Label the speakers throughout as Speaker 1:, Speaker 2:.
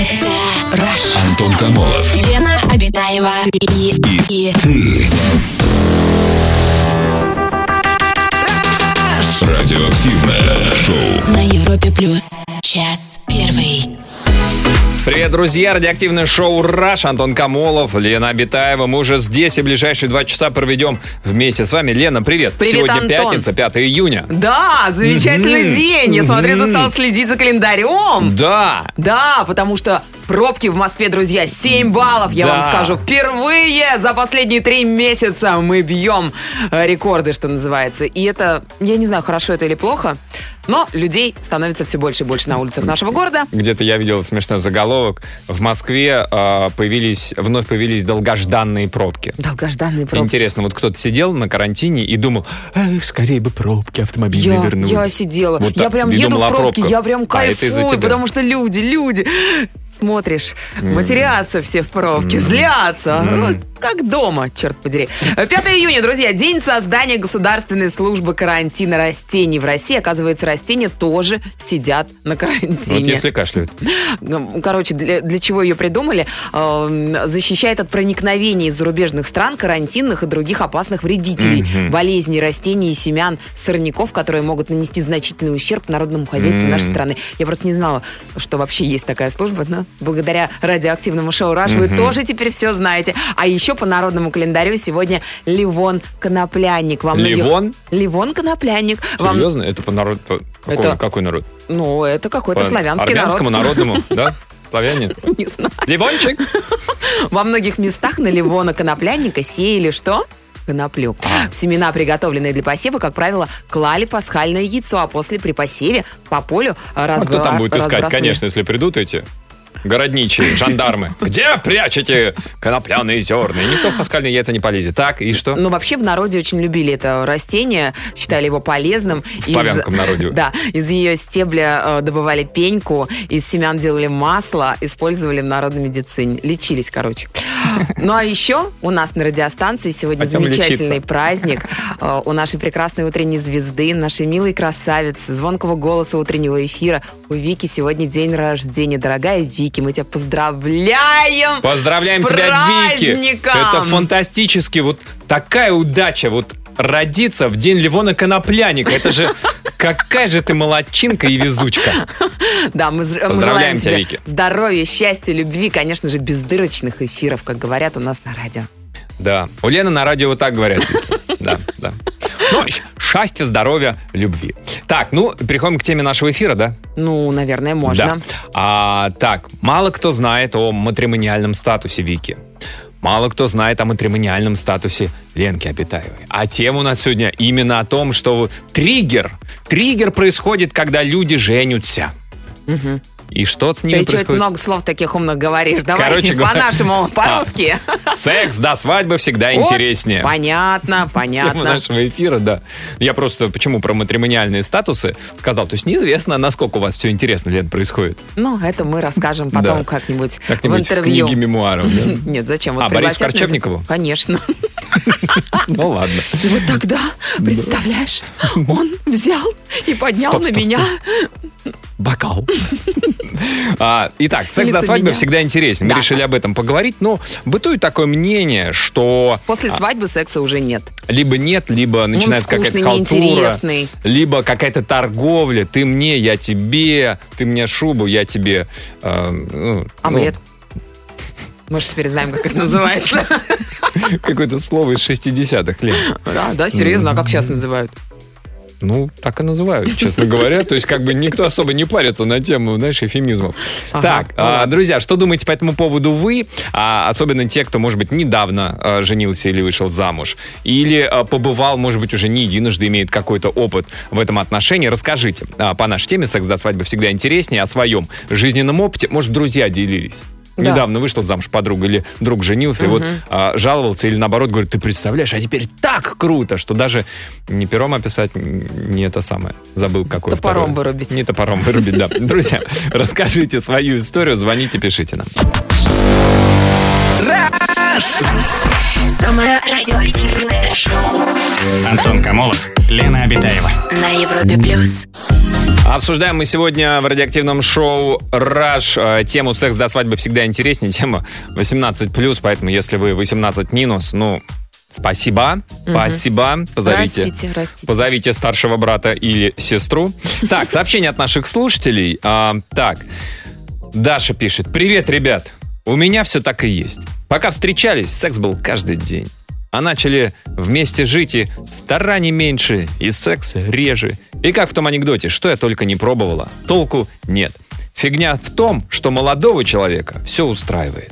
Speaker 1: Это Rush.
Speaker 2: Антон Камолов
Speaker 1: Лена Обитаева и, и,
Speaker 2: и ты. Радиоактивное шоу.
Speaker 1: на Европе плюс час первый.
Speaker 3: Привет, друзья! Радиоактивное шоу «Раш». Антон Камолов, Лена Абитаева. Мы уже здесь и ближайшие два часа проведем вместе с вами. Лена, привет!
Speaker 4: Привет,
Speaker 3: Сегодня
Speaker 4: Антон.
Speaker 3: пятница, 5 июня.
Speaker 4: Да, замечательный
Speaker 3: Мгм.
Speaker 4: день. Я смотрю, ты
Speaker 3: Мгм.
Speaker 4: стал следить за календарем.
Speaker 3: Да!
Speaker 4: Да, потому что пробки в Москве, друзья, 7 баллов, я
Speaker 3: Да.
Speaker 4: вам скажу. Впервые за последние три месяца мы бьем э, рекорды, что называется. И это, я не знаю, хорошо это или плохо, но людей становится все больше и больше на улицах нашего города.
Speaker 3: Где-то я видел смешной заголовок. В Москве э, появились, вновь появились долгожданные пробки.
Speaker 4: Долгожданные пробки.
Speaker 3: Интересно, вот кто-то сидел на карантине и думал, «Эх, скорее бы пробки автомобильные Ну,
Speaker 4: Я,
Speaker 3: вернули.
Speaker 4: я сидела.
Speaker 3: Вот
Speaker 4: я
Speaker 3: так,
Speaker 4: прям
Speaker 3: и
Speaker 4: еду
Speaker 3: думала
Speaker 4: в
Speaker 3: о
Speaker 4: пробке,
Speaker 3: пробках.
Speaker 4: я прям
Speaker 3: А, это
Speaker 4: кайфую,
Speaker 3: из-за тебя.
Speaker 4: потому что люди, люди. Смотришь, матерятся все в пробке, злятся. Ну, Как дома, черт подери. 5 июня, друзья, день создания Государственной службы карантина растений в России. Оказывается, растения тоже сидят на карантине.
Speaker 3: Вот если кашляют.
Speaker 4: Ну, короче, для, для чего ее придумали, Эм, защищает от проникновения из зарубежных стран, карантинных и других опасных вредителей,
Speaker 3: Мгм.
Speaker 4: болезней растений и семян сорняков, которые могут нанести значительный ущерб народному хозяйству
Speaker 3: М.
Speaker 4: нашей страны. Я просто не знала, что вообще есть такая служба, но благодаря радиоактивному шоу «Раш» вы тоже теперь все знаете. А еще по народному календарю сегодня Ливон Коноплянник. Во многих-
Speaker 3: Ливон?
Speaker 4: Ливон Коноплянник. Во м-
Speaker 3: Серьезно? Это по народу? по- какому-
Speaker 4: Это-
Speaker 3: Какой народ?
Speaker 4: Ну, это какой-то
Speaker 3: По
Speaker 4: славянский народ.
Speaker 3: армянскому народному, да? Славяне?
Speaker 4: Не знаю.
Speaker 3: Ливончик?
Speaker 4: Во многих местах на Ливона коноплянника сеяли что? Коноплю.
Speaker 3: А.
Speaker 4: В Семена, приготовленные для посева, как правило, клали пасхальное яйцо, а после при посеве по полю
Speaker 3: А
Speaker 4: разбрасывали.
Speaker 3: кто там будет искать, конечно, если придут эти городничие, жандармы? Где прячете конопляные зерна? И никто в паскальные яйца не полезет. Так, и что?
Speaker 4: Но Ну, вообще в народе очень любили это растение, считали его полезным.
Speaker 3: В славянском народе.
Speaker 4: Да, из ее стебля э, добывали пеньку, из семян делали масло, использовали в народной медицине. Лечились, короче. Ну а еще у нас на радиостанции сегодня
Speaker 3: Хотим
Speaker 4: замечательный
Speaker 3: А лечиться.
Speaker 4: праздник э, у нашей прекрасной утренней звезды, нашей милой красавицы, звонкого голоса утреннего эфира. У Вики сегодня день рождения. Дорогая Вики, мы тебя поздравляем!
Speaker 3: Поздравляем
Speaker 4: С
Speaker 3: тебя, Вики!
Speaker 4: праздником!
Speaker 3: Это фантастически. Вот такая удача. Вот родиться в день Ливона Конопляника. Это же какая же ты молодчинка и везучка.
Speaker 4: Да, мы, з- мы
Speaker 3: Поздравляем
Speaker 4: желаем
Speaker 3: тебя,
Speaker 4: тебе
Speaker 3: Вики.
Speaker 4: здоровья, счастья, любви, конечно же, бездырочных эфиров, как говорят у нас на радио.
Speaker 3: Да. У Лены на радио вот так говорят. Да, да. Ну, счастья, здоровья, любви. Так, ну, переходим к теме нашего эфира, да?
Speaker 4: Ну, наверное,
Speaker 3: Да.
Speaker 4: можно.
Speaker 3: А, так, мало кто знает о матримониальном статусе Вики. Мало кто знает о матримониальном статусе Ленки Обитаевой. А тема у нас сегодня именно о том, что триггер, триггер происходит, когда люди женятся.
Speaker 4: Мгм.
Speaker 3: И что с ними
Speaker 4: Ты чё это
Speaker 3: происходит?
Speaker 4: много слов таких умных говоришь. Давай
Speaker 3: Короче говоря- а,
Speaker 4: по-нашему, по-русски.
Speaker 3: Секс до свадьбы всегда
Speaker 4: Вот,
Speaker 3: интереснее.
Speaker 4: Понятно,
Speaker 3: Тема
Speaker 4: понятно.
Speaker 3: нашего эфира, да. Я просто почему про матримониальные статусы сказал. То есть неизвестно, насколько у вас все интересно, Лен, происходит.
Speaker 4: Ну, это мы расскажем потом
Speaker 3: Да.
Speaker 4: как-нибудь в
Speaker 3: Как-нибудь в
Speaker 4: интервью.
Speaker 3: книге мемуаров. да?
Speaker 4: Нет, зачем? Вот
Speaker 3: А, Борису
Speaker 4: пригласят на это-
Speaker 3: Корчевникову?
Speaker 4: Конечно.
Speaker 3: Ну ладно.
Speaker 4: И вот тогда, представляешь, он взял и поднял
Speaker 3: Стоп,
Speaker 4: на
Speaker 3: стоп,
Speaker 4: меня.
Speaker 3: бокал. А, Итак, секс
Speaker 4: Не
Speaker 3: до
Speaker 4: за
Speaker 3: свадьбы
Speaker 4: меня.
Speaker 3: всегда интересен. Мы
Speaker 4: Да.
Speaker 3: решили об этом поговорить, но бытует такое мнение, что
Speaker 4: После свадьбы секса уже нет.
Speaker 3: либо нет, либо
Speaker 4: Он
Speaker 3: А. начинается какая-то
Speaker 4: скучный,
Speaker 3: халтура,
Speaker 4: неинтересный.
Speaker 3: либо какая-то торговля. Ты мне, я тебе, ты мне шубу, я тебе... э, ну,
Speaker 4: Омлет. А Мы же теперь знаем, как это называется.
Speaker 3: ну, Какое-то слово из 60-х лет.
Speaker 4: Да, да, серьезно, а как сейчас называют?
Speaker 3: Ну, так и называют, честно говоря. То есть, как бы никто особо не парится на тему, знаешь, эфемизмов.
Speaker 4: Ага,
Speaker 3: так,
Speaker 4: ну
Speaker 3: а,
Speaker 4: ладно.
Speaker 3: друзья, что думаете по этому поводу вы? А, особенно те, кто, может быть, недавно а, женился или вышел замуж. Или а, побывал, может быть, уже не единожды, имеет какой-то опыт в этом отношении. Расскажите а, по нашей теме «Секс до свадьбы всегда интереснее» о своем жизненном опыте. Может, друзья делились?
Speaker 4: Да.
Speaker 3: Недавно вышел замуж подруга или друг женился, и вот а, жаловался или наоборот говорит, ты представляешь, а теперь так круто, что даже не пером описать, н- не это самое, забыл какое
Speaker 4: Топором
Speaker 3: второе.
Speaker 4: вырубить.
Speaker 3: Не топором вырубить, да. Друзья, расскажите свою историю, звоните, пишите нам.
Speaker 1: Самое радиоактивное шоу
Speaker 5: Антон Камолов, Лена Обитаева.
Speaker 1: на Европе плюс.
Speaker 3: Обсуждаем мы сегодня в радиоактивном шоу «Раш» э, тему «Секс до свадьбы всегда интереснее», тема 18+, поэтому если вы 18 минус, ну, спасибо, спасибо, позовите.
Speaker 6: Простите, простите.
Speaker 3: Позовите старшего брата или сестру. Так, сообщение от наших слушателей. А, так, Даша пишет. Привет, ребят. У меня все так и есть. Пока встречались, секс был каждый день. А начали вместе жить и стараний меньше, и секс реже. И как в том анекдоте, что я только не пробовала, толку нет. Фигня в том, что молодого человека все устраивает.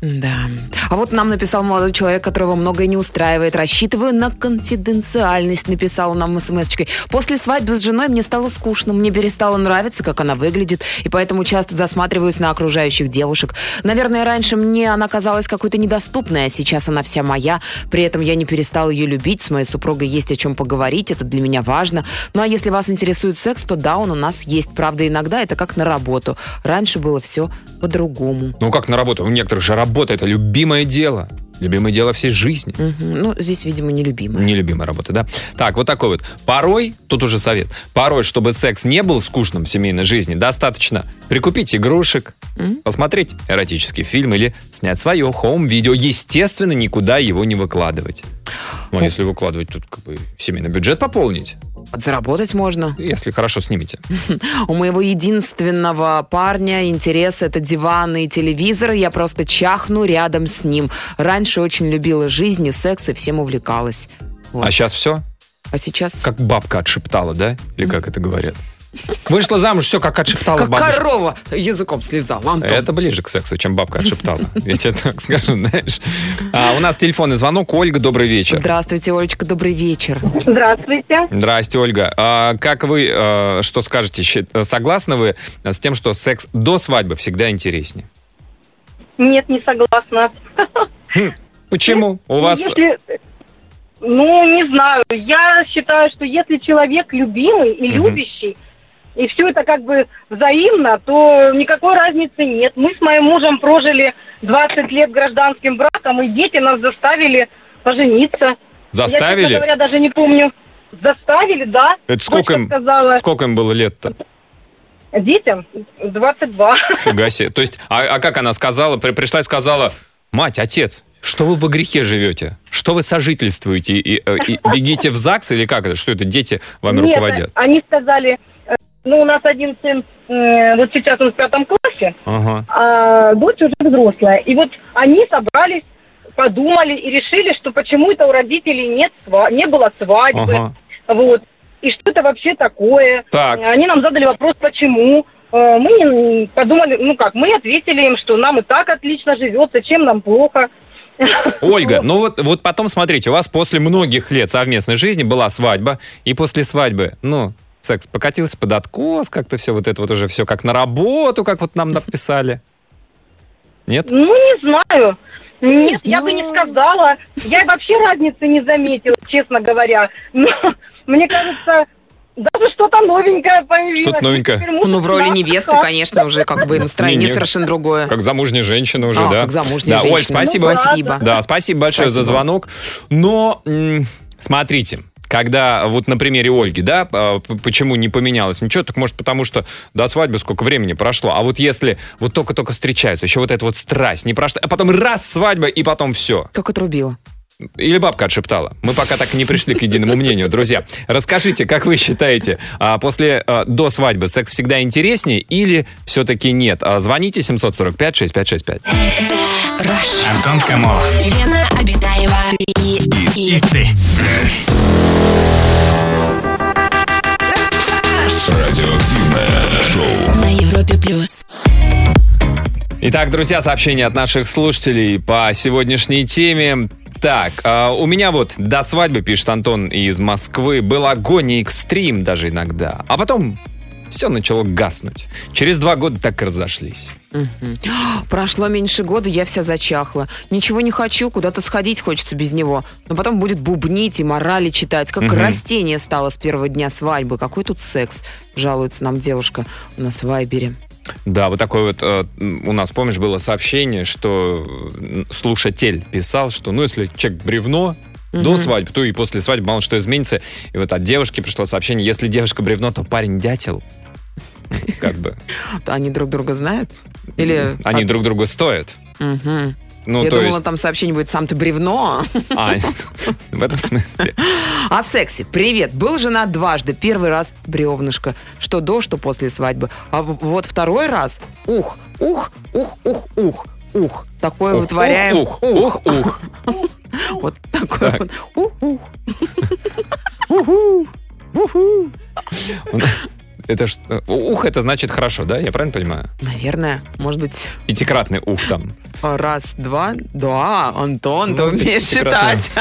Speaker 4: Да. А вот нам написал молодой человек, которого многое не устраивает. Рассчитываю на конфиденциальность, написал нам смс -очкой. После свадьбы с женой мне стало скучно, мне перестало нравиться, как она выглядит, и поэтому часто засматриваюсь на окружающих девушек. Наверное, раньше мне она казалась какой-то недоступной, а сейчас она вся моя. При этом я не перестал ее любить, с моей супругой есть о чем поговорить, это для меня важно. Ну а если вас интересует секс, то да, он у нас есть. Правда, иногда это как на работу. Раньше было все по-другому.
Speaker 3: Ну как на работу? У некоторых же работа – это любимое дело. Любимое дело всей жизни.
Speaker 4: Мгм. Ну, здесь, видимо, нелюбимая.
Speaker 3: Нелюбимая работа, да? Так, вот такой вот. Порой, тут уже совет, порой, чтобы секс не был скучным в семейной жизни, достаточно прикупить игрушек,
Speaker 4: Мгм.
Speaker 3: посмотреть эротический фильм или снять свое хоум-видео. Естественно, никуда его не выкладывать. Ну, а если выкладывать, тут как бы семейный бюджет пополнить,
Speaker 4: Подзаработать можно.
Speaker 3: если хорошо снимете.
Speaker 4: У моего единственного парня интерес это диван и телевизор. и Я просто чахну рядом с ним. Раньше очень любила жизнь и секс, и всем увлекалась. Вот.
Speaker 3: А сейчас все?
Speaker 4: А сейчас как,
Speaker 3: Как бабка отшептала, да? Или как это говорят? Вышла замуж, все как отшептала бабушка.
Speaker 4: корова языком слезала, Антон.
Speaker 3: А Это ближе к сексу, чем бабка отшептала. Я тебе так скажу, знаешь. А, у нас телефонный звонок. Ольга, добрый вечер.
Speaker 4: Здравствуйте, Олечка, добрый вечер.
Speaker 7: Здравствуйте.
Speaker 3: Здрасте, Ольга. А, как вы, э, что скажете, щи- согласны вы с тем, что секс до свадьбы всегда интереснее?
Speaker 7: Нет, не согласна.
Speaker 3: Почему? У вас...
Speaker 7: Если- Ну, не знаю. Я считаю, что если человек любимый и
Speaker 3: Мгм.
Speaker 7: любящий, и все это как бы взаимно, то никакой разницы нет. Мы с моим мужем прожили 20 лет гражданским браком, и дети нас заставили пожениться. Я, честно
Speaker 3: Заставили?
Speaker 7: говоря, даже не помню. Заставили, да.
Speaker 3: Это сколько
Speaker 7: Дочка
Speaker 3: им,
Speaker 8: а-
Speaker 7: сказала.
Speaker 3: сколько им было лет-то?
Speaker 7: Детям 22.
Speaker 3: Фига себе. То есть, а, а как она сказала, при- пришла и сказала, мать, отец, что вы во грехе живете? Что вы сожительствуете? И, э, и бегите в ЗАГС или как это? Что это дети вами
Speaker 7: Нет,
Speaker 3: руководят?
Speaker 7: они сказали, э, ну, у нас один сын, э, вот сейчас он в пятом классе,
Speaker 3: Ага.
Speaker 7: а дочь уже взрослая. И вот они собрались, подумали и решили, что почему-то у родителей нет сва- не было свадьбы.
Speaker 3: Ага.
Speaker 7: Вот. И что это вообще такое?
Speaker 3: Так.
Speaker 7: Они нам задали вопрос, почему. Э, Мы не- подумали, ну как, мы ответили им, что нам и так отлично живется, чем нам плохо.
Speaker 3: Ольга, ну вот, вот потом смотрите, у вас после многих лет совместной жизни была свадьба, и после свадьбы, ну, секс покатился под откос, как-то все вот это вот уже все как на работу, как вот нам написали. Нет?
Speaker 7: Ну, не знаю.
Speaker 9: Ну,
Speaker 7: Нет,
Speaker 4: Не
Speaker 7: я бы не
Speaker 4: знаю.
Speaker 7: сказала. Я и вообще разницы не заметила, честно говоря. Но, мне кажется, даже что-то новенькое появилось.
Speaker 3: Что-то новенькое.
Speaker 7: Теперь муж
Speaker 4: Ну, в роли
Speaker 7: знает,
Speaker 4: невесты,
Speaker 7: как.
Speaker 4: конечно, уже как бы
Speaker 3: Не,
Speaker 4: настроение
Speaker 3: не.
Speaker 4: совершенно другое.
Speaker 3: Как замужняя женщина уже,
Speaker 4: А,
Speaker 3: да?
Speaker 4: как замужняя
Speaker 3: да,
Speaker 4: женщина.
Speaker 3: Оль, спасибо.
Speaker 4: Ну, спасибо.
Speaker 3: Да, спасибо большое за
Speaker 4: Спасибо.
Speaker 3: звонок. Но м, смотрите, когда вот на примере Ольги, да, э, п- почему не поменялось ничего, так может потому что до свадьбы сколько времени прошло, а вот если вот только-только встречаются, еще вот эта вот страсть не прошла, а потом раз свадьба и потом все.
Speaker 4: Как отрубила.
Speaker 3: Или бабка отшептала. Мы пока так и не пришли к единому мнению, друзья. Расскажите, как вы считаете, а, после а, до свадьбы секс всегда интереснее или все-таки нет? А, Звоните 745-6565.
Speaker 5: Антон Камолов.
Speaker 1: Лена Обитаева и, и,
Speaker 5: И ты.
Speaker 10: Радиоактивное шоу.
Speaker 1: на Европе плюс.
Speaker 3: Итак, друзья, сообщение от наших слушателей по сегодняшней теме. Так, а, у меня вот до свадьбы, пишет Антон из Москвы, был огонь и экстрим даже иногда. А потом все начало гаснуть. Через два года так и разошлись.
Speaker 4: Мгм. Прошло меньше года, я вся зачахла. Ничего не хочу, куда-то сходить хочется без него. Но потом будет бубнить и морали читать. Как
Speaker 3: Мгм.
Speaker 4: растение стало с первого дня свадьбы. Какой тут секс? Жалуется нам девушка у нас в Вайбере.
Speaker 3: Да, вот такое вот э, м, у нас, помнишь, было сообщение, что м, слушатель писал, что ну если человек бревно до
Speaker 4: Мгм.
Speaker 3: свадьбы, то и после свадьбы мало что изменится. И вот от девушки пришло сообщение, если девушка бревно, то парень дятел. Как бы.
Speaker 4: Они друг друга знают? Или...
Speaker 3: Они друг другу стоят.
Speaker 4: Мгм.
Speaker 3: Ну,
Speaker 4: Я
Speaker 3: то
Speaker 4: думала,
Speaker 3: есть...
Speaker 4: там сообщение будет «сам ты бревно».
Speaker 3: А, в этом смысле.
Speaker 4: О сексе. А Привет. Был женат дважды. Первый раз бревнышко. Что до, что после свадьбы. А в- вот второй раз ух, ух, ух, ух, ух, ух. Такое
Speaker 3: Ух,
Speaker 4: вытворяем.
Speaker 3: Ух, ух, ух, ух.
Speaker 4: Вот такое
Speaker 3: Так.
Speaker 4: вот. Ух, ух.
Speaker 3: Это ж- э, Ух, это значит хорошо, да? Я правильно понимаю?
Speaker 4: Наверное, может быть,
Speaker 3: Пятикратный ух там.
Speaker 4: раз, два. Да, Антон, ты
Speaker 3: Ну,
Speaker 4: умеешь
Speaker 3: прекрасно.
Speaker 4: считать.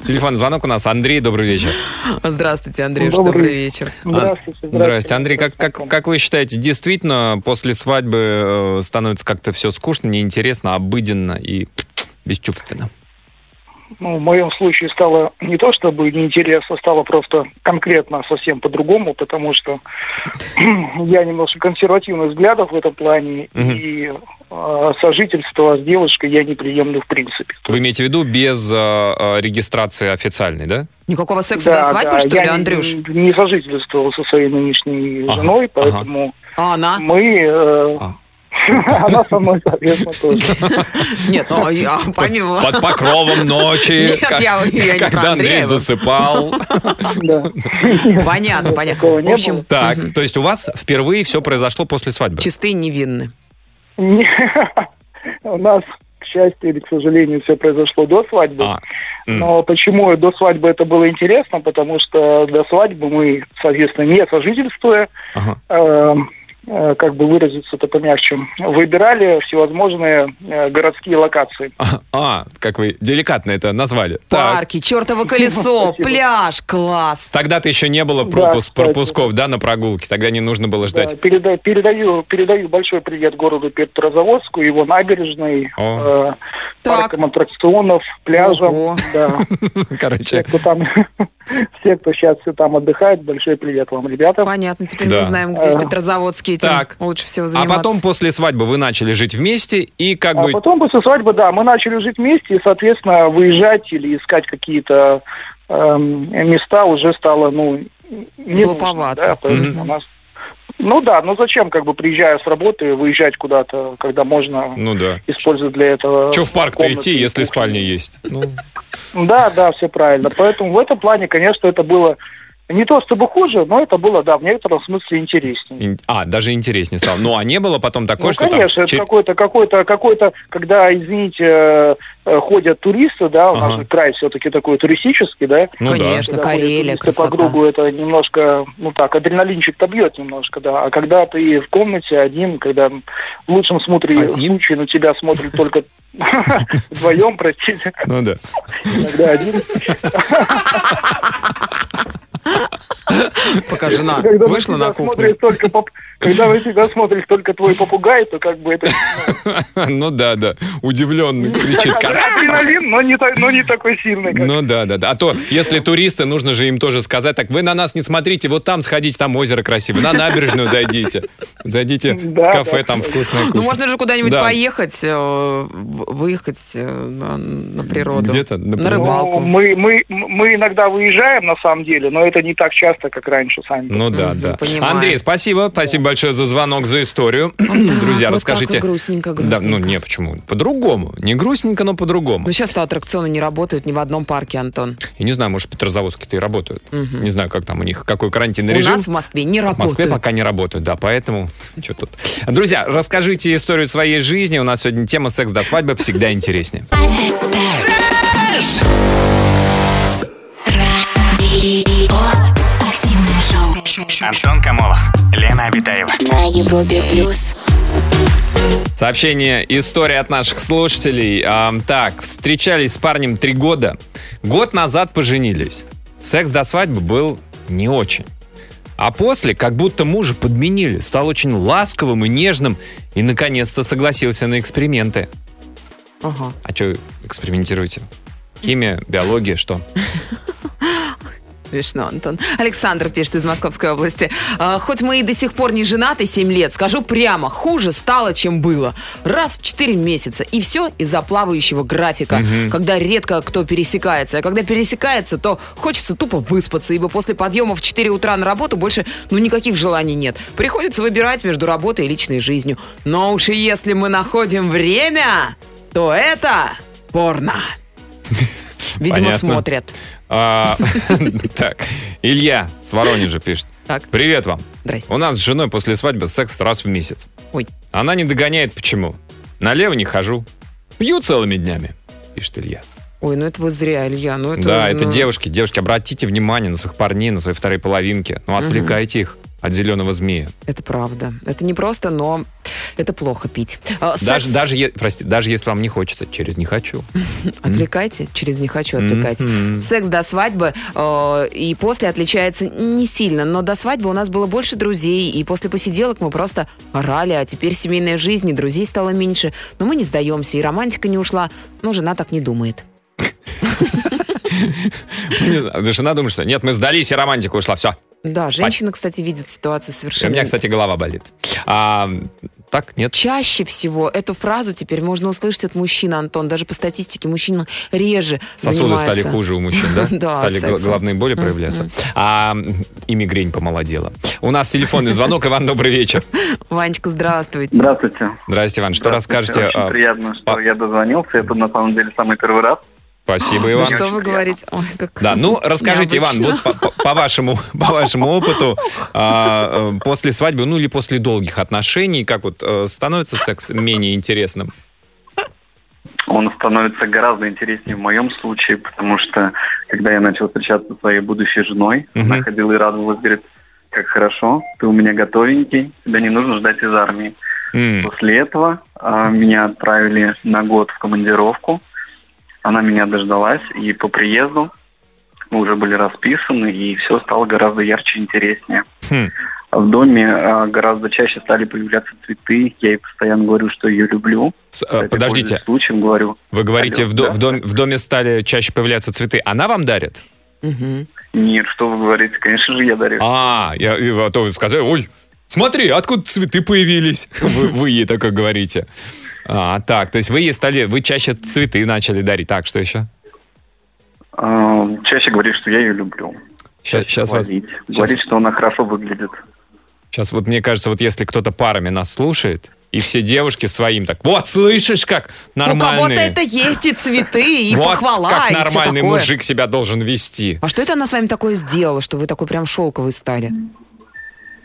Speaker 3: Телефон звонок у нас. Андрей, добрый вечер.
Speaker 4: Здравствуйте,
Speaker 3: Ну,
Speaker 4: Андрюш,
Speaker 9: Добрый.
Speaker 4: добрый вечер.
Speaker 9: Здравствуйте.
Speaker 3: Здравствуйте, Андрей. Как, как, как вы считаете, действительно после свадьбы э, становится как-то все скучно, неинтересно, обыденно и бесчувственно?
Speaker 11: Ну, в моем случае стало не то чтобы неинтересно, стало просто конкретно совсем по-другому, потому что я немножко консервативных взглядов в этом плане,
Speaker 3: Мгм.
Speaker 11: и э, сожительство с девушкой я не приемлю в принципе. То
Speaker 3: Вы имеете в виду без э, э, регистрации официальной, да?
Speaker 4: Никакого
Speaker 11: есть,
Speaker 4: секса
Speaker 11: да,
Speaker 4: до свадьбы,
Speaker 11: да,
Speaker 4: что
Speaker 11: я
Speaker 4: ли,
Speaker 11: не-
Speaker 4: Андрюш?
Speaker 11: Не, сожительствовал со своей нынешней
Speaker 3: Ага,
Speaker 11: женой,
Speaker 3: ага.
Speaker 11: поэтому
Speaker 4: А она?
Speaker 11: мы... э,
Speaker 3: А.
Speaker 11: Она со мной, соответственно, тоже.
Speaker 4: Нет, ну, а я- помимо...
Speaker 3: Под покровом ночи,
Speaker 4: Нет, я- я не про
Speaker 3: когда Андрей
Speaker 4: Андреева.
Speaker 3: засыпал.
Speaker 11: Да.
Speaker 4: Понятно,
Speaker 11: такого
Speaker 4: понятно.
Speaker 11: не
Speaker 4: В общем,
Speaker 3: Так, то есть у вас впервые все произошло после свадьбы?
Speaker 4: чистые невинны.
Speaker 11: Не- У нас, к счастью или к сожалению, все произошло до свадьбы.
Speaker 3: А, м.
Speaker 11: Но почему до свадьбы это было интересно? Потому что до свадьбы мы, соответственно, не сожительствуя,
Speaker 3: Ага.
Speaker 11: э, э, как бы выразиться это помягче, выбирали всевозможные э, городские локации.
Speaker 3: А, а, как вы деликатно это назвали. Так,
Speaker 4: Парки, чертово колесо,
Speaker 11: Спасибо.
Speaker 4: пляж, класс.
Speaker 3: тогда-то еще не было
Speaker 11: Да,
Speaker 3: пропуск-
Speaker 11: кстати.
Speaker 3: пропусков, да, на прогулке. Тогда не нужно было
Speaker 11: Да,
Speaker 3: ждать.
Speaker 11: Э, переда- передаю, передаю большой привет городу Петрозаводску, его набережной,
Speaker 3: О.
Speaker 11: э,
Speaker 4: Так.
Speaker 11: паркам аттракционов,
Speaker 4: Ого.
Speaker 11: пляжам. Да. Все,
Speaker 3: Короче,
Speaker 11: кто там, все, кто сейчас там отдыхает, большой привет вам, ребята.
Speaker 4: Понятно, теперь
Speaker 3: Да.
Speaker 4: мы знаем, где в
Speaker 11: Э,
Speaker 4: Петрозаводске этим
Speaker 3: так.
Speaker 4: лучше всего
Speaker 3: а
Speaker 4: заниматься.
Speaker 3: потом после свадьбы вы начали жить вместе и как
Speaker 11: А
Speaker 3: бы...
Speaker 11: потом после свадьбы, да, мы начали жить вместе, и, соответственно, выезжать или искать какие-то эм, места уже стало, ну, не нужно,
Speaker 4: Глуповато.
Speaker 11: да, поэтому
Speaker 3: Мгм.
Speaker 11: у нас... Ну да, ну зачем, как бы, приезжая с работы, выезжать куда-то, когда можно
Speaker 3: Ну да.
Speaker 11: использовать для этого...
Speaker 3: Че в парк-то
Speaker 11: комнаты
Speaker 3: идти,
Speaker 11: и
Speaker 3: если
Speaker 11: кухню.
Speaker 3: спальня есть? Ну,
Speaker 11: Да, да, все правильно. Поэтому в этом плане, конечно, это было не то чтобы хуже, но это было, да, в некотором смысле интереснее.
Speaker 3: ин- А, даже интереснее стало. Ну, а не было потом такое,
Speaker 11: Ну,
Speaker 3: что там
Speaker 11: конечно, это
Speaker 3: чер-
Speaker 11: какой-то, какой-то, какой-то, когда, извините, э, э, ходят туристы, да, у
Speaker 3: Ага.
Speaker 11: нас же край все-таки такой туристический, да.
Speaker 3: Ну
Speaker 4: Конечно,
Speaker 11: Когда ходят
Speaker 4: Карелия,
Speaker 11: туристы по
Speaker 4: красота.
Speaker 11: кругу это немножко, ну так, адреналинчик-то бьет немножко, да. А когда ты в комнате один, когда в лучшем смотре-
Speaker 3: Один?
Speaker 11: случае на тебя смотрят только вдвоем, простите,
Speaker 3: да. Ну да.
Speaker 11: иногда один.
Speaker 4: Пока
Speaker 3: А,
Speaker 4: жена
Speaker 11: Когда на
Speaker 4: вышла
Speaker 11: тебя
Speaker 4: на кухню.
Speaker 11: смотрит только поп- Когда на тебя смотрит только твой попугай, то как бы это
Speaker 3: Ну да, да. Удивленно кричит. «Кара!»
Speaker 11: адреналин, но не, та- но не такой сильный, как
Speaker 3: Ну да, да, да. А то, если туристы, нужно же им тоже сказать, так вы на нас не смотрите, вот там сходите, там озеро красивое, на набережную зайдите. Зайдите в
Speaker 11: Да,
Speaker 3: кафе,
Speaker 11: да.
Speaker 3: там вкусная
Speaker 4: Ну,
Speaker 3: кухня.
Speaker 4: можно же куда-нибудь
Speaker 3: Да.
Speaker 4: поехать, э, в- выехать э, на, на природу.
Speaker 3: Где-то,
Speaker 4: на
Speaker 3: например.
Speaker 11: Ну,
Speaker 4: рыбалку.
Speaker 11: мы, мы, мы иногда выезжаем, на самом деле, но это не так часто, как раньше сами.
Speaker 3: Ну да,
Speaker 4: Мгм,
Speaker 3: да.
Speaker 4: понимаю.
Speaker 3: Андрей, спасибо. Спасибо большое за звонок, за историю.
Speaker 4: Так,
Speaker 3: Друзья,
Speaker 4: вот
Speaker 3: расскажите.
Speaker 4: так и грустненько,
Speaker 3: Да,
Speaker 4: грустненько.
Speaker 3: ну не, почему? По-другому. Не грустненько, но по-другому.
Speaker 4: Ну, сейчас-то аттракционы не работают ни в одном парке, Антон.
Speaker 3: Я не знаю, может, Петрозаводске-то и работают.
Speaker 4: Мгм.
Speaker 3: Не знаю, как там у них, какой карантинный
Speaker 4: У
Speaker 3: режим.
Speaker 4: нас в Москве не
Speaker 3: В Москве
Speaker 4: работают.
Speaker 3: пока не работают, да, поэтому что тут. Друзья, расскажите историю своей жизни. У нас сегодня тема секс до свадьбы всегда интереснее.
Speaker 1: Радио. Активное шоу.
Speaker 10: Антон Камолов, Лена Обитаева.
Speaker 1: На Европе плюс.
Speaker 3: Сообщение история от наших слушателей. Ам, так, встречались с парнем три года. Год назад поженились. Секс до свадьбы был не очень. А после, как будто мужа подменили, стал очень ласковым и нежным и наконец-то согласился на эксперименты.
Speaker 4: Ага.
Speaker 3: А что экспериментируете? Химия, биология, что?
Speaker 4: Смешно, Антон. Александр пишет из Московской области. «А, Хоть мы и до сих пор не женаты 7 лет, скажу прямо, хуже стало, чем было. Раз в 4 месяца. И все из-за плавающего графика, когда редко кто пересекается. А когда пересекается, то хочется тупо выспаться, ибо после подъема в 4 утра на работу больше ну никаких желаний нет. Приходится выбирать между работой и личной жизнью. Но уж и если мы находим время, то это порно. Видимо,
Speaker 3: Понятно.
Speaker 4: смотрят.
Speaker 3: А, Так, Илья с Воронежа пишет.
Speaker 4: Так.
Speaker 3: Привет вам.
Speaker 4: Здрасте.
Speaker 3: У нас с женой после свадьбы секс раз в месяц.
Speaker 4: Ой.
Speaker 3: Она не догоняет почему. Налево не хожу. Пью целыми днями, пишет Илья.
Speaker 4: Ой, ну это вы зря, Илья. Ну это,
Speaker 3: да, это
Speaker 4: ну,
Speaker 3: девушки. Девушки, обратите внимание на своих парней, на свои вторые половинки. Ну, отвлекайте их от зеленого змея.
Speaker 4: Это правда. Это не просто, но это плохо пить. А, секс
Speaker 3: Даже, даже, е- прости, даже если вам не хочется, через не хочу.
Speaker 4: отвлекайте, через не хочу отвлекать.
Speaker 3: Мгм.
Speaker 4: Секс до свадьбы э, и после отличается не сильно, но до свадьбы у нас было больше друзей, и после посиделок мы просто орали, а теперь семейная жизнь, и друзей стало меньше. Но мы не сдаемся, и романтика не ушла, но жена так не думает.
Speaker 3: Не знаю, Жена думает, что нет, мы сдались, и романтика ушла, все.
Speaker 4: Да,
Speaker 3: Спать.
Speaker 4: женщина, кстати, видит ситуацию
Speaker 3: У
Speaker 4: совершенно
Speaker 3: меня, кстати, голова болит. А, так, нет?
Speaker 4: Чаще всего эту фразу теперь можно услышать от мужчин, Антон. Даже по статистике мужчина реже
Speaker 3: Сосуды стали
Speaker 4: занимается.
Speaker 3: хуже у мужчин, да?
Speaker 4: Да,
Speaker 3: Стали гла-
Speaker 4: сексом.
Speaker 3: головные боли проявляться. А м, и мигрень помолодела. У нас телефонный звонок. Иван, добрый вечер.
Speaker 4: Ванечка, здравствуйте.
Speaker 12: Здравствуйте.
Speaker 3: Здрасте, Иван. Что
Speaker 12: Здравствуйте.
Speaker 3: расскажете?
Speaker 12: Очень
Speaker 3: а,
Speaker 12: приятно, что
Speaker 3: по-
Speaker 12: я дозвонился. Это на самом деле самый первый раз.
Speaker 3: Спасибо,
Speaker 4: Ну
Speaker 3: Иван.
Speaker 4: что
Speaker 12: очень
Speaker 4: вы
Speaker 12: приятно.
Speaker 4: говорите? Ой, как
Speaker 3: Да, ну расскажите, Иван,
Speaker 4: необычно.
Speaker 3: вот по- по по вашему по вашему опыту а, э, после свадьбы, ну или после долгих отношений, как вот э, становится секс менее интересным?
Speaker 12: Он становится гораздо интереснее в моем случае, потому что когда я начал встречаться со своей будущей женой,
Speaker 3: Мгм.
Speaker 12: она ходила и радовалась, говорит, как хорошо, ты у меня готовенький, тебя не нужно ждать из армии.
Speaker 3: М,
Speaker 12: После этого а, меня отправили на год в командировку. Она меня дождалась, и по приезду мы уже были расписаны, и все стало гораздо ярче и интереснее.
Speaker 3: Хм.
Speaker 12: В доме а, гораздо чаще стали появляться цветы. Я ей постоянно говорю, что ее люблю.
Speaker 3: с- э,
Speaker 12: Кстати,
Speaker 3: Подождите,
Speaker 12: пользуясь случаем говорю.
Speaker 3: вы говорите,
Speaker 12: Алло,
Speaker 3: в, до-
Speaker 12: да?
Speaker 3: в дом- в доме стали чаще появляться цветы. Она вам дарит?
Speaker 4: Мгм.
Speaker 12: Нет, что вы говорите, конечно же, я дарю.
Speaker 3: А, я и а то вы сказали, ой, смотри, откуда цветы появились? Вы, вы ей такое говорите. А, так, то есть вы ей стали, вы чаще цветы начали дарить. Так, что еще?
Speaker 12: А, чаще говорит, что я ее люблю.
Speaker 3: Сейчас вас...
Speaker 12: Хвалить.
Speaker 3: Э, щас-
Speaker 12: Говорит, что она хорошо выглядит.
Speaker 3: Сейчас вот мне кажется, вот если кто-то парами нас слушает, и все девушки своим так, вот, слышишь, как
Speaker 4: У кого-то
Speaker 3: нормальный...
Speaker 4: это есть и цветы, и
Speaker 3: вот
Speaker 4: похвала,
Speaker 3: как
Speaker 4: и всё
Speaker 3: нормальный
Speaker 4: такое.
Speaker 3: мужик себя должен вести.
Speaker 4: А что это она с вами такое сделала, что вы такой прям шелковый стали?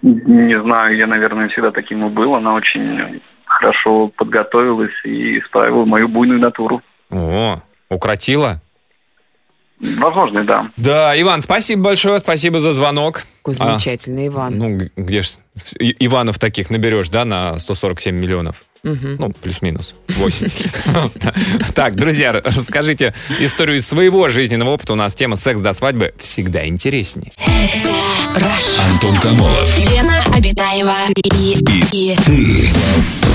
Speaker 12: Не знаю, я, наверное, всегда таким и был. Она очень хорошо подготовилась и исправила мою буйную натуру.
Speaker 3: О, укротила?
Speaker 12: Возможно, да.
Speaker 3: Да, Иван, спасибо большое, спасибо за звонок.
Speaker 4: Такой
Speaker 3: А,
Speaker 4: замечательный Иван.
Speaker 3: Ну, г- где ж И- Иванов таких наберешь, да, на 147 миллионов?
Speaker 4: Мгм.
Speaker 3: Ну, плюс-минус. 8. Так, друзья, расскажите историю из своего жизненного опыта. У нас тема секс до свадьбы всегда интереснее.
Speaker 2: Антон Камолов.
Speaker 1: Лена Обитаева и, и, и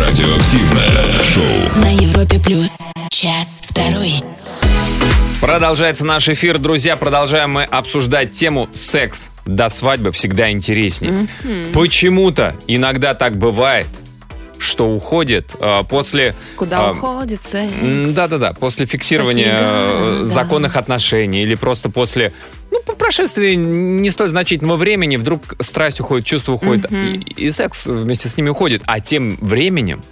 Speaker 2: Радиоактивное шоу.
Speaker 1: на Европе плюс. Час второй.
Speaker 3: Продолжается наш эфир, друзья. Продолжаем мы обсуждать тему секс до свадьбы всегда интереснее. Почему-то иногда так бывает, что уходит э, после...
Speaker 4: Куда
Speaker 3: э,
Speaker 4: уходит секс?
Speaker 3: М, Да-да-да, после фиксирования
Speaker 4: Такие, да,
Speaker 3: э, законных отношений или просто после, ну, по прошествии не столь значительного времени вдруг страсть уходит, чувство уходит, и, и секс вместе с ними уходит. А тем временем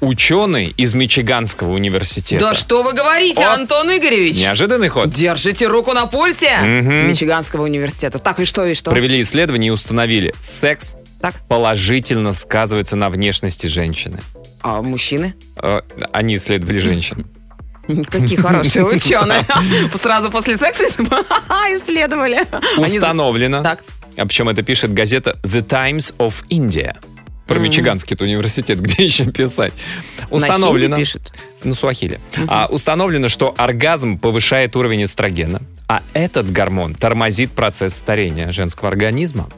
Speaker 3: ученые из Мичиганского университета...
Speaker 4: Да что вы говорите,
Speaker 3: О.
Speaker 4: Антон Игоревич?
Speaker 3: Неожиданный ход.
Speaker 4: Держите руку на пульсе
Speaker 3: Мгм.
Speaker 4: Мичиганского университета. Так, и что, и что?
Speaker 3: Провели исследование и установили, секс
Speaker 4: Так.
Speaker 3: положительно сказывается на внешности женщины.
Speaker 4: А мужчины?
Speaker 3: Э, Они исследовали женщин.
Speaker 4: Какие хорошие ученые. Сразу после секса исследовали. Они за-
Speaker 3: Установлено,
Speaker 4: Так.
Speaker 3: А причем это пишет газета The Times of India. Про Мичиганский это университет, где еще писать? Установлено.
Speaker 4: На хинди пишет.
Speaker 3: На суахиле. А, установлено, что оргазм повышает уровень эстрогена, а этот гормон тормозит процесс старения женского организма.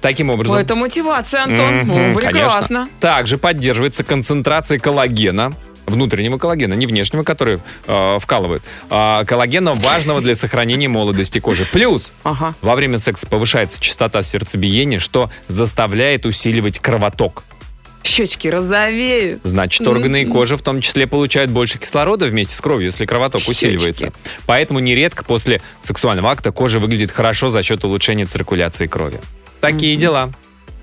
Speaker 3: Таким образом...
Speaker 4: Ой, это мотивация, Антон.
Speaker 3: Мгм,
Speaker 4: О,
Speaker 3: конечно.
Speaker 4: прекрасно.
Speaker 3: Также поддерживается концентрация коллагена внутреннего коллагена, не внешнего, который э, вкалывают, а коллагена важного для сохранения молодости кожи. Плюс
Speaker 4: Ага.
Speaker 3: во время секса повышается частота сердцебиения, что заставляет усиливать кровоток.
Speaker 4: Щечки розовеют.
Speaker 3: Значит, органы и кожа в том числе получают больше кислорода вместе с кровью, если кровоток
Speaker 4: Щечки.
Speaker 3: усиливается. Поэтому нередко после сексуального акта кожа выглядит хорошо за счет улучшения циркуляции крови. Такие дела.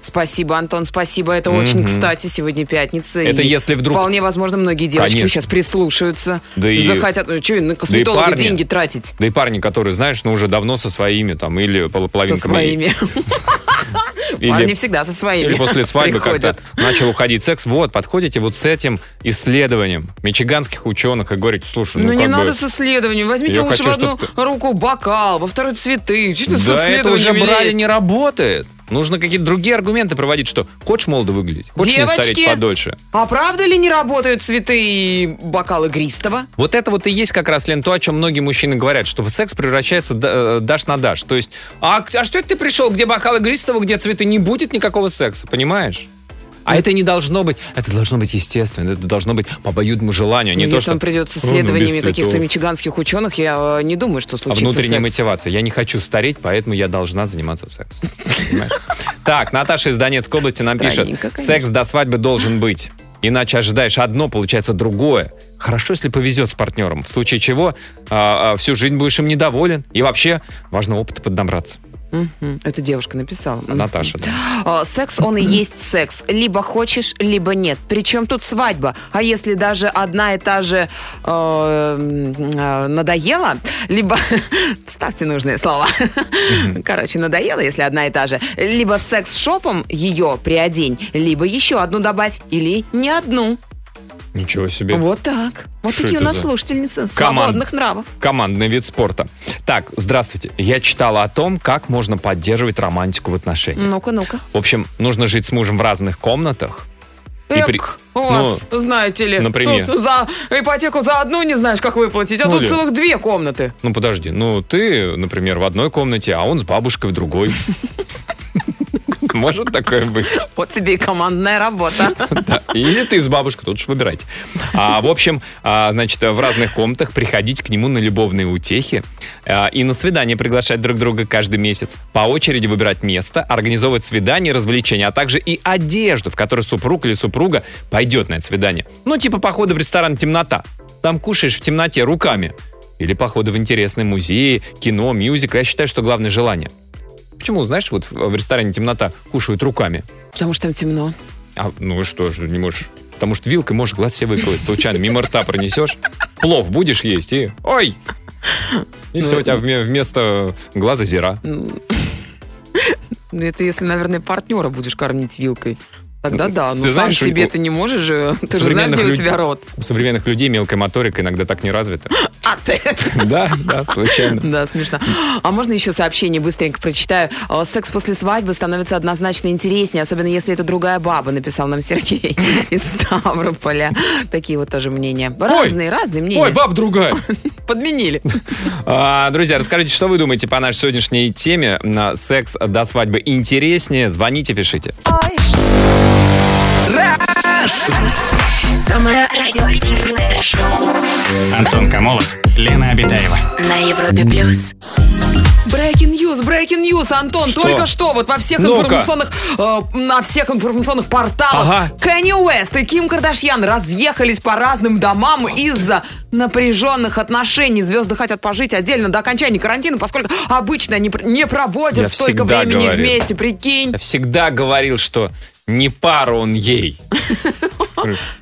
Speaker 4: Спасибо, Антон, спасибо. Это
Speaker 3: Мгм.
Speaker 4: очень кстати. Сегодня пятница.
Speaker 3: Это
Speaker 4: и
Speaker 3: если вдруг-
Speaker 4: Вполне возможно, многие девочки
Speaker 3: Конечно.
Speaker 4: сейчас прислушаются.
Speaker 3: Да и-
Speaker 4: Захотят... Ну, что, на косметолога
Speaker 3: парни.
Speaker 4: деньги тратить?
Speaker 3: Да и парни, которые, знаешь, ну уже давно со своими там или
Speaker 4: Со
Speaker 3: полуполовинками.
Speaker 4: своими.
Speaker 3: Или,
Speaker 4: Парни всегда со своими
Speaker 3: или после свадьбы
Speaker 4: приходят.
Speaker 3: как-то начал уходить секс. Вот, подходите вот с этим исследованием мичиганских ученых и говорите, слушай, ну,
Speaker 4: Ну, не
Speaker 3: как
Speaker 4: надо
Speaker 3: бы...
Speaker 4: с исследованием. Возьмите
Speaker 3: я
Speaker 4: лучше
Speaker 3: хочу,
Speaker 4: в одну
Speaker 3: чтоб
Speaker 4: руку бокал, во вторую цветы. Чуть ли с
Speaker 3: Да это уже
Speaker 4: исследованиями
Speaker 3: брали,
Speaker 4: лезть.
Speaker 3: не работает. Нужно какие-то другие аргументы проводить, что хочешь молодо выглядеть, хочешь не стареть
Speaker 4: Девочки!
Speaker 3: подольше.
Speaker 4: А правда ли не работают цветы и бокал игристого?
Speaker 3: Вот это вот и есть как раз, Лен, то, о чем многие мужчины говорят, что секс превращается да- э, дашь на дашь. То есть, а, к- а что это ты пришел, где бокал игристого, где цветы? Не будет никакого секса, понимаешь?
Speaker 4: Ну.
Speaker 3: А это не должно быть, это должно быть естественно, это должно быть по обоюдному желанию, а не
Speaker 4: Ну,
Speaker 3: то,
Speaker 4: если
Speaker 3: что...
Speaker 4: он придет с
Speaker 3: «Ну, ну, без
Speaker 4: исследованиями
Speaker 3: цветов».
Speaker 4: каких-то мичиганских ученых, я э, не думаю, что
Speaker 3: А
Speaker 4: случится
Speaker 3: внутренняя
Speaker 4: секс.
Speaker 3: мотивация. Я не хочу стареть, поэтому я должна заниматься сексом. Понимаешь? Так, Наташа из Донецкой области нам пишет.
Speaker 4: Странненько, конечно.
Speaker 3: Секс до свадьбы должен быть. Иначе ожидаешь одно, получается другое. Хорошо, если повезет с партнером, в случае чего а, а, всю жизнь будешь им недоволен. И вообще, важно опыта поднабраться.
Speaker 4: Мгм. Это девушка написала. Мгм.
Speaker 3: Наташа, да.
Speaker 4: А, Секс, он и есть секс. Либо хочешь, либо нет. Причем тут свадьба. А если даже одна и та же э, м, э, надоела, либо... Вставьте нужные слова. Короче, надоела, если одна и та же. Либо секс-шопом ее приодень, либо еще одну добавь, или не одну.
Speaker 3: Ничего себе.
Speaker 4: Вот так. Вот
Speaker 3: Что
Speaker 4: такие у
Speaker 3: это
Speaker 4: нас
Speaker 3: за
Speaker 4: слушательницы
Speaker 3: команда?
Speaker 4: свободных нравов.
Speaker 3: Командный вид спорта. Так, здравствуйте. Я читала о том, как можно поддерживать романтику в отношениях.
Speaker 4: Ну-ка, ну-ка.
Speaker 3: В общем, нужно жить с мужем в разных комнатах. И
Speaker 4: Эк,
Speaker 3: при- ну,
Speaker 4: у вас, знаете ли,
Speaker 3: например.
Speaker 4: тут за ипотеку за одну не знаешь, как выплатить, а
Speaker 3: Ну,
Speaker 4: тут
Speaker 3: Лен.
Speaker 4: целых две комнаты.
Speaker 3: Ну подожди, ну ты, например, в одной комнате, а он с бабушкой в другой. Может такое быть?
Speaker 4: Вот тебе и командная работа.
Speaker 3: Да. Или ты с бабушкой, тут уж выбирайте. А, в общем, а, значит, в разных комнатах приходить к нему на любовные утехи а, и на свидание приглашать друг друга каждый месяц. По очереди выбирать место, организовывать свидания, развлечения, а также и одежду, в которой супруг или супруга пойдет на это свидание. Ну, типа похода в ресторан «Темнота». Там кушаешь в темноте руками. Или походы в интересные музеи, кино, мюзикл. Я считаю, что главное желание. Почему, знаешь, вот в- в ресторане «Темнота» кушают руками?
Speaker 4: Потому что там темно.
Speaker 3: А, ну и что ж, не можешь? Потому что вилкой можешь глаз себе выковать случайно, мимо рта пронесешь, плов будешь есть и... Ой! И
Speaker 4: Ну,
Speaker 3: все, у тебя вме- вместо глаза зира.
Speaker 4: Ну, ну, это если, наверное, партнера будешь кормить вилкой. Тогда да, но
Speaker 3: Ну, ты
Speaker 4: сам
Speaker 3: знаешь,
Speaker 4: себе
Speaker 3: у-
Speaker 4: ты не можешь же. Ты же знаешь,
Speaker 3: современных
Speaker 4: где у
Speaker 3: людей-
Speaker 4: тебя рот.
Speaker 3: У современных людей мелкая моторика иногда так не развита.
Speaker 4: А ты.
Speaker 3: Да, да, случайно.
Speaker 4: Да, смешно. А можно еще сообщение быстренько прочитаю? А, Секс после свадьбы становится однозначно интереснее, особенно если это другая баба, написал нам Сергей из Ставрополя. Такие вот тоже мнения. Разные, разные мнения.
Speaker 3: Ой, баб другая.
Speaker 4: Подменили.
Speaker 3: А, Друзья, расскажите, что вы думаете по нашей сегодняшней теме на секс до свадьбы интереснее? Звоните, пишите.
Speaker 1: Самое радиоактивное шоу
Speaker 10: Антон Камолов, Лена Обитаева.
Speaker 1: на Европе плюс.
Speaker 4: Breaking news, breaking news, Антон,
Speaker 3: Что?
Speaker 4: только что вот во всех
Speaker 3: Ну-ка.
Speaker 4: информационных, э, на всех информационных порталах
Speaker 3: Ага.
Speaker 4: Кенни Уэст и Ким Кардашьян разъехались по разным домам из-за напряженных отношений. Звезды хотят пожить отдельно до окончания карантина, поскольку обычно они пр- не проводят
Speaker 3: Я
Speaker 4: столько
Speaker 3: всегда
Speaker 4: времени
Speaker 3: говорил.
Speaker 4: вместе, прикинь.
Speaker 3: Я всегда говорил, что не пару он ей.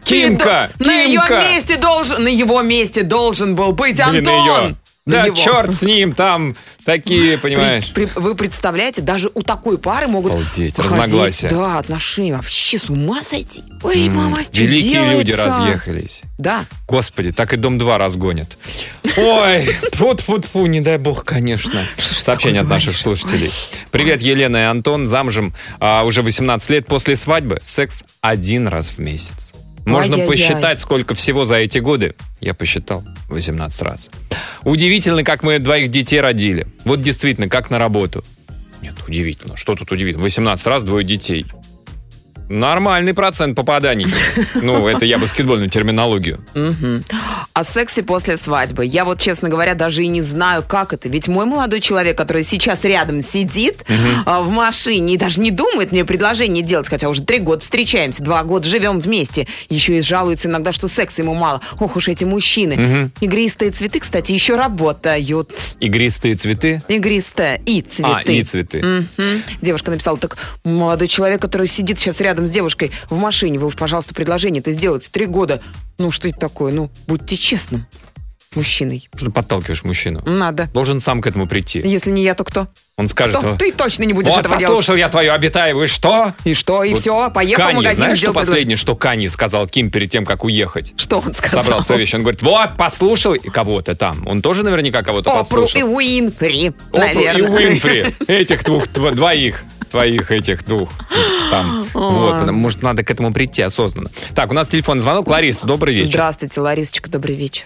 Speaker 3: Кимка!
Speaker 4: Ты на ее
Speaker 3: Кимка!
Speaker 4: месте должен, на его месте должен был быть
Speaker 3: Блин,
Speaker 4: Антон.
Speaker 3: её.
Speaker 4: На
Speaker 3: Да,
Speaker 4: его.
Speaker 3: черт с ним, там такие, понимаешь.
Speaker 4: При- при- вы представляете, даже у такой пары могут
Speaker 3: Обалдеть,
Speaker 4: походить,
Speaker 3: разногласия.
Speaker 4: Да, отношения. Вообще с ума сойти. Ой, мама, что
Speaker 3: Великие люди
Speaker 4: делается?
Speaker 3: разъехались.
Speaker 4: Да.
Speaker 3: Господи, так и дом 2 разгонят. Ой, фу фу фу не дай бог, конечно. Сообщение от наших слушателей. Привет, Елена и Антон, замужем а, уже 18 лет. После свадьбы секс один раз в месяц. Можно
Speaker 4: Ай-яй-яй.
Speaker 3: посчитать, сколько всего за эти годы. Я посчитал 18 раз. Удивительно, как мы двоих детей родили. Вот действительно, как на работу. Нет, удивительно. Что тут удивительно? 18 раз двое детей. Нормальный процент попаданий. Ну, это я баскетбольную терминологию.
Speaker 4: Мгм. О сексе после свадьбы. Я вот, честно говоря, даже и не знаю, как это. Ведь мой молодой человек, который сейчас рядом сидит а, в машине и даже не думает мне предложение делать, хотя уже три года встречаемся, два года живем вместе, еще и жалуется иногда, что секса ему мало. Ох уж эти мужчины. Игристые цветы, кстати, еще работают.
Speaker 3: Игристые цветы.
Speaker 4: Игристые и цветы.
Speaker 3: А, и цветы.
Speaker 4: Мгм. Девушка написала, так молодой человек, который сидит сейчас рядом с девушкой в машине, вы уж, пожалуйста, предложение-то сделайте. Три года. Ну, что это такое? Ну, будьте честным мужчиной.
Speaker 3: Что ты подталкиваешь мужчину?
Speaker 4: Надо.
Speaker 3: Должен сам к этому прийти.
Speaker 4: Если не я, то кто?
Speaker 3: Он скажет,
Speaker 4: То
Speaker 3: «О,
Speaker 4: ты точно не будешь
Speaker 3: вот
Speaker 4: этого
Speaker 3: послушал я твою обитаевую, что?
Speaker 4: делать. И что, и
Speaker 3: Вот
Speaker 4: все, поехал в
Speaker 3: Канье,
Speaker 4: магазин,
Speaker 3: знаешь, что
Speaker 4: сделал предложение.
Speaker 3: последнее, что Канье сказал Ким перед тем, как уехать?
Speaker 4: Что он сказал?
Speaker 3: Собрал свои вещи. Он говорит, вот, послушал и кого-то там. Он тоже наверняка кого-то
Speaker 4: Опру
Speaker 3: послушал.
Speaker 4: и Уинфри,
Speaker 3: Опру
Speaker 4: наверное.
Speaker 3: и Уинфри. Этих двух, тв- двоих. Твоих этих двух. Там. Вот, потому- может, надо к этому прийти осознанно. Так, у нас телефон звонок. Лариса, добрый вечер.
Speaker 4: Здравствуйте, Ларисочка, добрый вечер.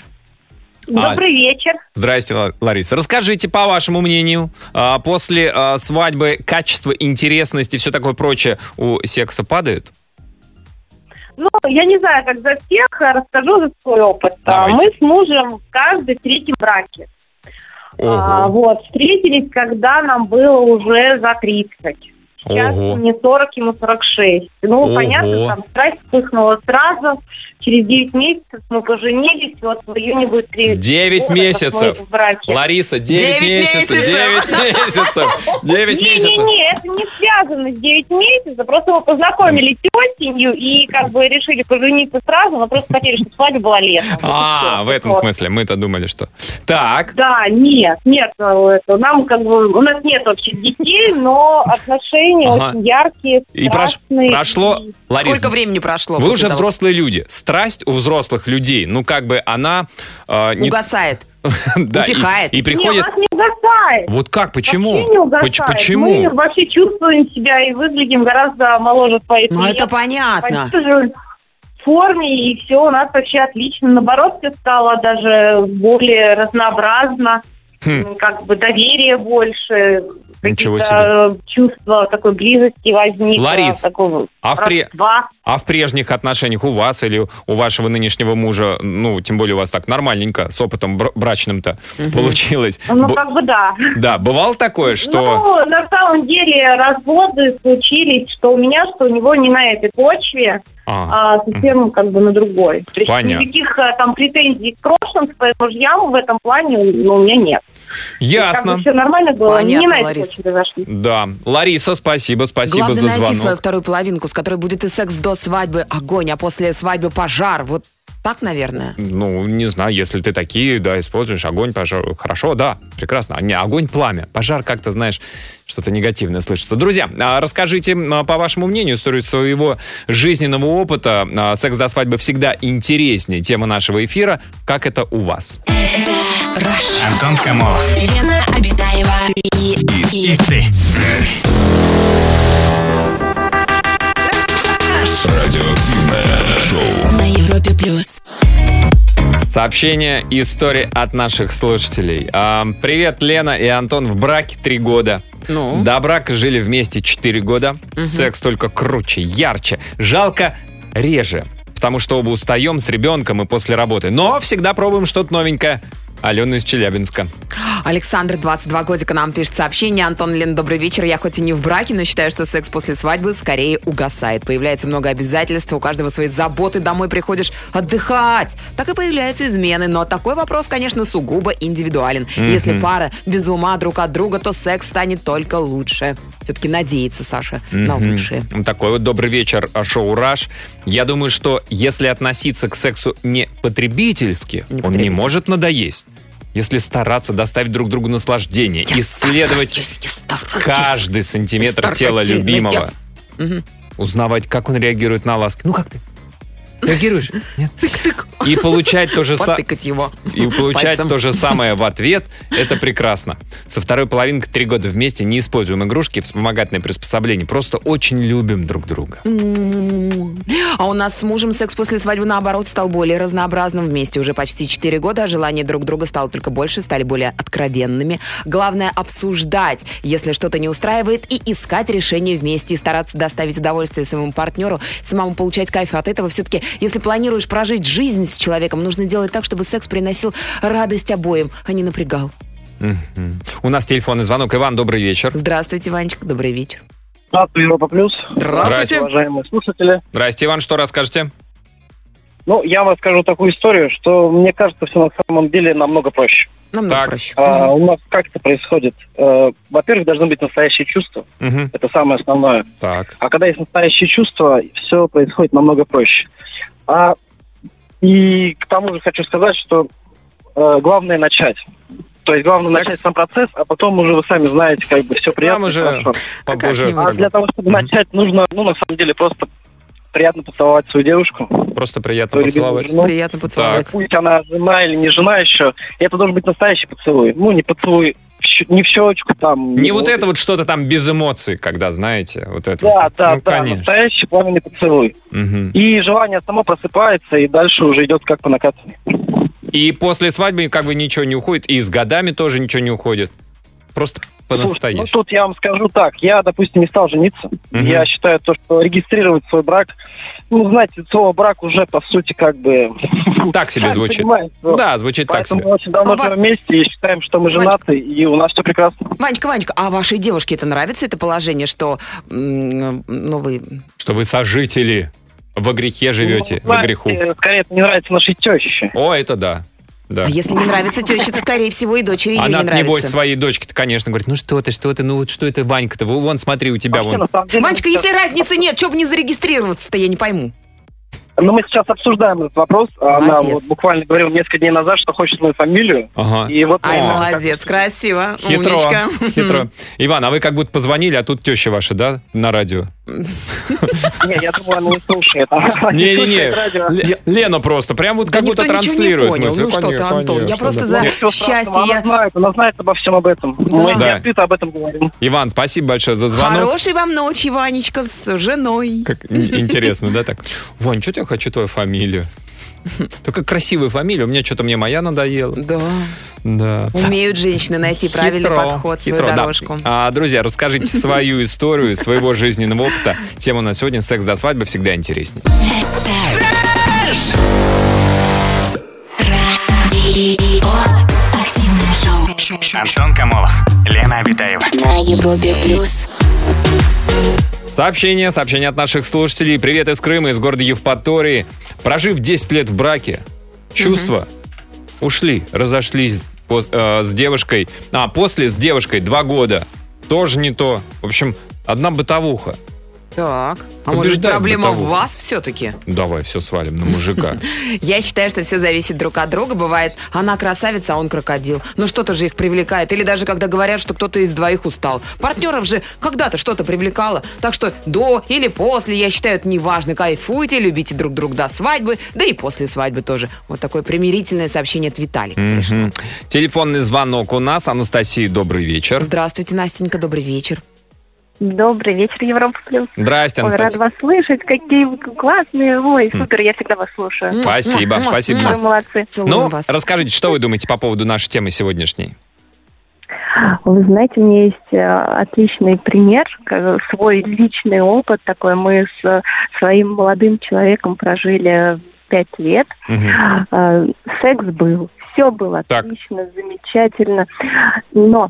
Speaker 3: А.
Speaker 9: Добрый вечер.
Speaker 3: Здрасте, Ла- Лариса. Расскажите, по вашему мнению, а, после а, свадьбы качество, интересность и все такое прочее у секса падают?
Speaker 9: Ну, я не знаю, как за всех, расскажу за свой опыт. А,
Speaker 3: Давайте.
Speaker 9: Мы с мужем каждый в третьем браке. А,
Speaker 3: Ого,
Speaker 9: вот, встретились, когда нам было уже за 30. Сейчас
Speaker 3: ого.
Speaker 9: мне 40, ему 46. Ну,
Speaker 3: Ого.
Speaker 9: понятно, там страсть вспыхнула сразу. Через 9 месяцев мы поженились. Вот в июне будет 3
Speaker 3: Девять месяцев.
Speaker 9: в браке.
Speaker 3: Лариса, 9
Speaker 4: Девять
Speaker 3: месяцев, 9 месяцев, 9 месяцев.
Speaker 9: Не-не-не, это не связано с 9 месяцев. Просто мы познакомились осенью и как бы решили пожениться сразу, но просто хотели, чтобы свадьба была летом.
Speaker 3: А, в этом
Speaker 9: Вот.
Speaker 3: смысле, мы-то думали, что... Так,
Speaker 9: Да, нет, нет, э, это, нам как бы у нас нет общих детей, но отношения
Speaker 3: Ага.
Speaker 9: очень яркие,
Speaker 3: и прош-
Speaker 9: страстные.
Speaker 3: прошло...
Speaker 9: И-
Speaker 3: Лариса,
Speaker 4: Сколько времени прошло?
Speaker 3: вы
Speaker 4: после
Speaker 3: уже
Speaker 4: того,
Speaker 3: взрослые люди. Страсть у взрослых людей, ну, как бы она... э,
Speaker 4: как
Speaker 3: не-
Speaker 4: Угасает.
Speaker 3: да, и-
Speaker 4: утихает.
Speaker 3: И
Speaker 9: Не, у
Speaker 3: приходит...
Speaker 9: нас не угасает.
Speaker 3: Вот как,
Speaker 9: Вообще не
Speaker 3: почему?
Speaker 9: угасает.
Speaker 3: Поч- Почему?
Speaker 9: Мы вообще чувствуем себя и выглядим гораздо моложе своих
Speaker 4: Ну,
Speaker 9: лет.
Speaker 4: это понятно.
Speaker 9: Почти же в форме, и все у нас вообще отлично. Наоборот, все стало даже более разнообразно,
Speaker 3: Хм.
Speaker 9: как бы доверие больше,
Speaker 3: Ничего
Speaker 9: какие-то, э, чувство такой близости возникло.
Speaker 3: Ларис,
Speaker 9: такого
Speaker 3: а в при-
Speaker 9: родства.
Speaker 3: А в прежних отношениях у вас или у вашего нынешнего мужа, ну, тем более у вас так нормальненько, с опытом бр- брачным-то получилось.
Speaker 9: Ну,
Speaker 3: Бу-
Speaker 9: как бы да.
Speaker 3: Да, бывало такое, что...
Speaker 9: Ну, на самом деле разводы случились, что у меня, что у него не на этой почве,
Speaker 3: А,
Speaker 9: а совсем как бы на другой. То есть
Speaker 3: Понятно.
Speaker 9: никаких э, там претензий к прошлым своим мужьям в этом плане ну, у меня нет.
Speaker 3: ясно.
Speaker 9: все нормально было.
Speaker 4: Понятно,
Speaker 9: не на этой
Speaker 4: Лариса.
Speaker 9: почве зашли.
Speaker 3: Да. Лариса, спасибо, спасибо
Speaker 4: Главное
Speaker 3: за
Speaker 4: найти
Speaker 3: звонок.
Speaker 4: свою вторую половинку, с которой будет и секс до свадьбы огонь, а после свадьбы пожар. Вот так, наверное.
Speaker 3: Ну, не знаю, если ты такие, да, используешь огонь, пожар. Хорошо, да, прекрасно. А Не, огонь, пламя. Пожар как-то, знаешь, что-то негативное слышится. Друзья, а, расскажите, м, а, по вашему мнению, историю своего жизненного опыта. А, Секс до свадьбы всегда интереснее. Тема нашего эфира. Как это у вас?
Speaker 10: Антон Камолов.
Speaker 1: Лена Обитаева и, и,
Speaker 10: И ты.
Speaker 2: Радиоактивное шоу.
Speaker 1: на Европе плюс.
Speaker 3: Сообщение истории от наших слушателей. А, Привет, Лена и Антон. В браке три года.
Speaker 4: Ну.
Speaker 3: До брака жили вместе 4 года. Секс только круче, ярче. Жалко, реже. Потому что оба устаем с ребенком и после работы. Но всегда пробуем что-то новенькое. Алена из Челябинска.
Speaker 4: Александр, 22 годика, нам пишет сообщение. Антон Лен, добрый вечер. Я хоть и не в браке, но считаю, что секс после свадьбы скорее угасает. Появляется много обязательств, у каждого свои заботы, домой приходишь отдыхать. Так и появляются измены. Но такой вопрос, конечно, сугубо индивидуален. Если пара без ума друг от друга, то секс станет только лучше. Все-таки надеяться, Саша, на
Speaker 3: Мгм.
Speaker 4: лучшее.
Speaker 3: Вот Такой вот добрый вечер, а, шоу «Раш». Я думаю, что если относиться к сексу не потребительски,
Speaker 4: Не
Speaker 3: он не
Speaker 4: потребительски.
Speaker 3: может надоесть. Если стараться доставить друг другу наслаждение, исследовать
Speaker 4: стараюсь, я стараюсь.
Speaker 3: каждый сантиметр тела
Speaker 4: Старательная.
Speaker 3: любимого.
Speaker 4: Мгм.
Speaker 3: Узнавать, как он реагирует на ласки. Ну, как ты?
Speaker 10: Реагируешь? Нет.
Speaker 3: И получать то же самое.
Speaker 4: Потыкать его.
Speaker 3: И получать
Speaker 4: пальцем.
Speaker 3: то же самое в ответ – это прекрасно. Со второй половинкой три года вместе не используем игрушки и вспомогательные приспособления. Просто очень любим друг друга.
Speaker 4: А у нас с мужем секс после свадьбы, наоборот, стал более разнообразным. Вместе уже почти 4 года, а желание друг друга стало только больше, стали более откровенными. Главное – обсуждать, если что-то не устраивает, и искать решение вместе, и стараться доставить удовольствие своему партнеру, самому получать кайф от этого. Все-таки, если планируешь прожить жизнь с человеком, нужно делать так, чтобы секс приносил радость обоим, а не напрягал.
Speaker 3: Мгм. У нас телефонный звонок. Иван, добрый вечер.
Speaker 4: Здравствуйте, Ванечка, добрый вечер.
Speaker 2: Здравствуй, Европа Плюс.
Speaker 3: Здравствуйте.
Speaker 2: Уважаемые слушатели.
Speaker 3: Здрасте, Иван, что расскажете?
Speaker 2: Ну, я вам расскажу такую историю, что мне кажется, все на самом деле намного проще.
Speaker 4: Намного
Speaker 3: Так.
Speaker 4: проще.
Speaker 2: А, у нас как это происходит? Э, во-первых, должны быть настоящие чувства.
Speaker 3: Мгм.
Speaker 2: Это самое основное.
Speaker 3: Так.
Speaker 2: А когда есть настоящие чувства, все происходит намного проще. А, и к тому же хочу сказать, что э, главное начать. То есть главное
Speaker 3: Секс.
Speaker 2: начать сам процесс, а потом уже вы сами знаете, как бы все приятно. и
Speaker 3: уже
Speaker 2: хорошо.
Speaker 3: Попозже.
Speaker 4: как-нибудь.
Speaker 2: А для того, чтобы
Speaker 3: Мгм.
Speaker 2: начать, нужно, ну, на самом деле, просто приятно поцеловать свою девушку,
Speaker 3: Просто приятно
Speaker 2: свою любимую
Speaker 3: поцеловать.
Speaker 2: жену.
Speaker 4: Приятно поцеловать.
Speaker 2: Пусть она жена или не жена еще, это должен быть настоящий поцелуй. Ну, не поцелуй, в щ- не в щечку там.
Speaker 3: Не
Speaker 2: в-
Speaker 3: вот это вот что-то там без эмоций, когда, знаете, вот это.
Speaker 2: Да,
Speaker 3: вот.
Speaker 2: да,
Speaker 3: ну,
Speaker 2: да,
Speaker 3: конечно.
Speaker 2: настоящий пламенный поцелуй.
Speaker 3: Мгм.
Speaker 2: И желание само просыпается, и дальше уже идет как по накатанной.
Speaker 3: И после свадьбы как бы ничего не уходит, и с годами тоже ничего не уходит. Просто
Speaker 2: Слушайте, Ну,
Speaker 3: по-настоящему.
Speaker 2: тут я вам скажу так. Я, допустим, не стал жениться.
Speaker 3: Мгм.
Speaker 2: Я считаю то, что регистрировать свой брак, ну, знаете, слово брак уже, по сути, как бы...
Speaker 3: Так себе
Speaker 2: сами
Speaker 3: звучит.
Speaker 2: понимаете, что-
Speaker 3: Да, звучит так
Speaker 2: Поэтому
Speaker 3: себе.
Speaker 2: мы очень давно
Speaker 4: А ва-
Speaker 2: живем вместе и считаем, что мы
Speaker 4: Ванечка.
Speaker 2: женаты, и у нас все прекрасно.
Speaker 4: Ванечка, Ванечка, а вашей девушке это нравится, это положение, что м, ну, вы
Speaker 3: Что вы сожители, во грехе живете,
Speaker 2: Ну,
Speaker 3: во греху.
Speaker 2: знаете, Скорее, это не нравится нашей теще.
Speaker 3: О, это да. Да.
Speaker 4: А если не нравится теща, то, скорее всего, и дочери ее
Speaker 3: Она,
Speaker 4: не нравится.
Speaker 3: небось, своей дочке-то, конечно, говорит, ну что ты, что ты, ну вот что это, Ванька-то, Во- вон, смотри, у тебя
Speaker 2: Вообще,
Speaker 3: вон.
Speaker 2: на самом деле,
Speaker 4: Ванечка,
Speaker 2: мы
Speaker 4: если
Speaker 2: сейчас-
Speaker 4: разницы нет, что бы не зарегистрироваться-то, я не пойму.
Speaker 2: Ну, мы сейчас обсуждаем этот вопрос. а Она
Speaker 4: Молодец.
Speaker 2: вот буквально говорила несколько дней назад, что хочет мою фамилию.
Speaker 3: Ага.
Speaker 2: И вот...
Speaker 4: Ай,
Speaker 3: О.
Speaker 4: молодец, красиво,
Speaker 3: Хитро,
Speaker 4: умничка.
Speaker 3: хитро. Иван, а вы как будто позвонили, а тут теща ваша, да, на радио?
Speaker 2: Не, я думаю, она не слушает.
Speaker 3: Не-не-не, Ле- Лена просто, прям вот как будто
Speaker 4: Никто ничего не
Speaker 3: транслирует.
Speaker 4: понял.
Speaker 3: мысли.
Speaker 4: Ну что ты,
Speaker 3: Конечно,
Speaker 4: Антон, я
Speaker 3: конечно,
Speaker 4: просто
Speaker 3: да.
Speaker 4: за-
Speaker 3: Нет,
Speaker 2: Ничего
Speaker 4: Счастье.
Speaker 2: страшного, Она знает, она знает обо всем об этом. Мы с ней
Speaker 3: Да.
Speaker 2: открыто об этом говорим.
Speaker 3: Иван, спасибо большое за звонок.
Speaker 4: Хорошей вам ночи, Ванечка, с женой.
Speaker 3: Как ин- интересно, да, так? Вань, что-то я хочу твою фамилию. Только красивую фамилию, у меня что-то мне моя надоела.
Speaker 4: Да,
Speaker 3: Да.
Speaker 4: умеют женщины найти правильный
Speaker 3: Хитро,
Speaker 4: подход, свою
Speaker 3: хитро, да.
Speaker 4: дорожку.
Speaker 3: А, друзья, расскажите свою историю, своего жизненного опыта. Тема у нас сегодня «Секс до свадьбы» всегда интереснее.
Speaker 1: Радио. Активное шоу.
Speaker 13: Антон Камолов, Лена Обитаева.
Speaker 1: На Европе плюс.
Speaker 3: Сообщение, сообщение от наших слушателей. Привет из Крыма, из города Евпатории. Прожив 10 лет в браке, чувства ушли, разошлись пос- э, с девушкой. А, после с девушкой два года. Тоже не то. В общем, одна бытовуха.
Speaker 4: Так, а может
Speaker 3: Побеждаем
Speaker 4: проблема в
Speaker 3: бытовуху.
Speaker 4: вас все-таки?
Speaker 3: Давай, все свалим на мужика.
Speaker 4: Я считаю, что все зависит друг от друга. Бывает, она красавица, а он крокодил. Но что-то же их привлекает. Или даже когда говорят, что кто-то из двоих устал. Партнеров же когда-то что-то привлекало. Так что до или после, я считаю, это неважно. Кайфуйте, любите друг друга до свадьбы, да и после свадьбы тоже. Вот такое примирительное сообщение от Виталика.
Speaker 3: Мгм. Телефонный звонок у нас. Анастасия, добрый вечер.
Speaker 4: Здравствуйте, Настенька, добрый вечер.
Speaker 8: Добрый вечер, Европа Плюс.
Speaker 3: Здрасте,
Speaker 8: Ой, рада
Speaker 3: Анастасия. Хм.
Speaker 8: вас слышать, какие вы классные. Ой, супер, я всегда вас слушаю.
Speaker 3: Спасибо,
Speaker 4: Муа, муа,
Speaker 3: спасибо,
Speaker 4: муа.
Speaker 8: Вы
Speaker 3: Настя.
Speaker 8: молодцы.
Speaker 4: Целуем
Speaker 3: Ну,
Speaker 4: вас.
Speaker 3: расскажите, что вы думаете по поводу нашей темы сегодняшней?
Speaker 8: Вы знаете, у меня есть э, отличный пример, э, свой личный опыт такой. Мы с э, своим молодым человеком прожили пять лет.
Speaker 3: Мгм.
Speaker 8: Э, Секс был, все было
Speaker 3: Так.
Speaker 8: отлично, замечательно. Но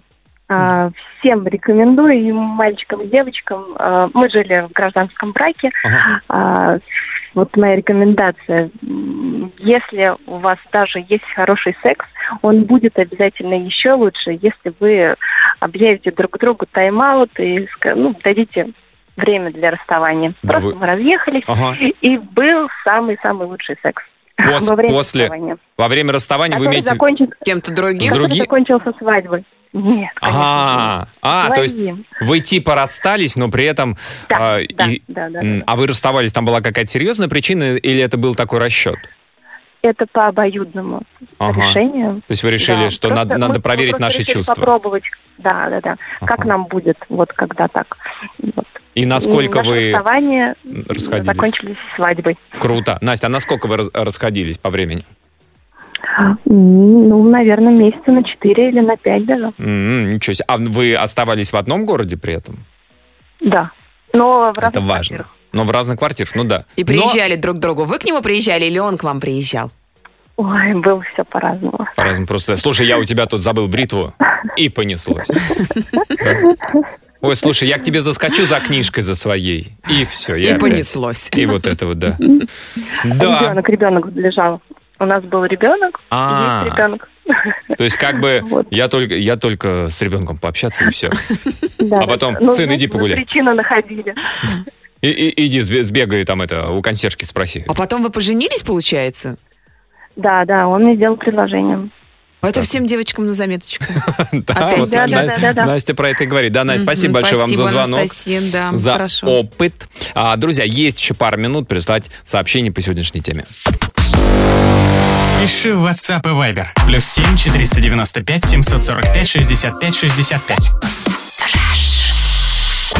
Speaker 8: э, всем рекомендую, и мальчикам, и девочкам. э, Мы жили в гражданском браке.
Speaker 3: Ага.
Speaker 8: А, вот моя рекомендация. М, Если у вас даже есть хороший секс, он будет обязательно еще лучше, если вы объявите друг другу тайм-аут и ска- ну, дадите время для расставания.
Speaker 3: Да
Speaker 8: Просто
Speaker 3: вы-
Speaker 8: мы разъехались,
Speaker 3: Ага.
Speaker 8: и был самый-самый лучший секс.
Speaker 3: Пос-
Speaker 8: во время
Speaker 3: после.
Speaker 8: расставания.
Speaker 3: Во время расставания вы
Speaker 8: Который,
Speaker 3: имеете...
Speaker 8: закончен-
Speaker 4: Кем-то другим.
Speaker 8: который
Speaker 3: Други-
Speaker 8: закончился свадьбой. Нет, конечно.
Speaker 3: Ага. А, то есть
Speaker 8: Своим.
Speaker 3: вы типа расстались, но при этом...
Speaker 8: Да,
Speaker 3: а,
Speaker 8: да,
Speaker 3: и-
Speaker 8: да, да,
Speaker 3: м,
Speaker 8: да.
Speaker 3: а вы расставались, там была какая-то серьезная причина или это был такой расчет?
Speaker 8: Это по обоюдному
Speaker 3: Ага.
Speaker 8: решению.
Speaker 3: То есть вы решили,
Speaker 8: Да,
Speaker 3: что
Speaker 8: просто
Speaker 3: надо,
Speaker 8: мы-
Speaker 3: надо
Speaker 8: мы
Speaker 3: проверить
Speaker 8: просто
Speaker 3: наши
Speaker 8: решили
Speaker 3: чувства.
Speaker 8: Попробовать, да, да, да. Как
Speaker 3: Ага.
Speaker 8: нам будет, вот когда так. Вот.
Speaker 3: И насколько
Speaker 8: Наши
Speaker 3: вы...
Speaker 8: расставания
Speaker 3: расходились?
Speaker 8: закончились свадьбой.
Speaker 3: Круто. Настя, а насколько вы раз- расходились по времени?
Speaker 8: М, Ну, наверное, месяца на четыре или на пять даже.
Speaker 3: М, ничего себе. А вы оставались в одном городе при этом?
Speaker 8: Да. Но в
Speaker 3: Это
Speaker 8: разных
Speaker 3: важно.
Speaker 8: квартирах.
Speaker 3: Но в разных квартирах, ну да.
Speaker 4: И
Speaker 3: Но-
Speaker 4: приезжали друг к другу. Вы к нему приезжали или он к вам приезжал?
Speaker 8: Ой, было все по-разному.
Speaker 3: По-разному просто. Слушай, я у тебя тут забыл бритву. И понеслось. Ой, слушай, я к тебе заскочу за книжкой за своей. И все.
Speaker 4: И понеслось.
Speaker 3: И вот это вот, да. Да.
Speaker 8: Ребенок, ребенок лежал. У нас был ребенок, и
Speaker 3: А.
Speaker 8: есть ребенок.
Speaker 3: То есть как бы
Speaker 8: Вот.
Speaker 3: я только, я только с ребенком пообщаться и все.
Speaker 8: Да,
Speaker 3: А
Speaker 8: да.
Speaker 3: потом,
Speaker 8: Ну,
Speaker 3: сын,
Speaker 8: знаете,
Speaker 3: иди погуляй.
Speaker 8: Мы причину находили.
Speaker 3: И, и- иди сбе- сбегай там это, у консьержки спроси.
Speaker 4: А потом вы поженились, получается?
Speaker 8: Да, да, он мне сделал предложение.
Speaker 4: Это всем девочкам на заметочку.
Speaker 3: Да,
Speaker 4: опять
Speaker 3: вот
Speaker 8: да, да,
Speaker 3: На-
Speaker 8: да, да.
Speaker 3: Настя про это и говорит. Да, Настя, спасибо
Speaker 4: Мгм,
Speaker 3: большое вам за
Speaker 4: спасибо,
Speaker 3: звонок.
Speaker 4: Анастасия, да,
Speaker 3: за
Speaker 4: хорошо.
Speaker 3: опыт. А, друзья, есть еще пару минут прислать сообщение по сегодняшней теме.
Speaker 10: Пиши в WhatsApp и Viber. Плюс 7 495 745 65 65.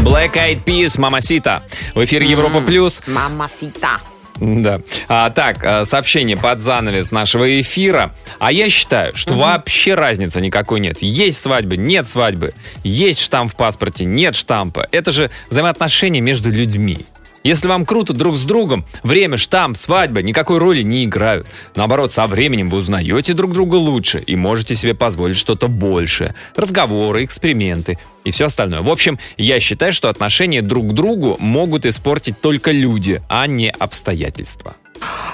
Speaker 3: Black Eyed Peas, Мамасита. В эфире Европа Плюс.
Speaker 4: Мама сита.
Speaker 3: Да. А, так, а, сообщение под занавес нашего эфира. А я считаю, что вообще разницы никакой нет. Есть свадьбы, нет свадьбы. Есть штамп в паспорте, нет штампа. Это же взаимоотношения между людьми. Если вам круто друг с другом, время, штамп, свадьба никакой роли не играют. Наоборот, со временем вы узнаете друг друга лучше и можете себе позволить что-то большее. Разговоры, эксперименты и все остальное. В общем, я считаю, что отношения друг к другу могут испортить только люди, а не обстоятельства.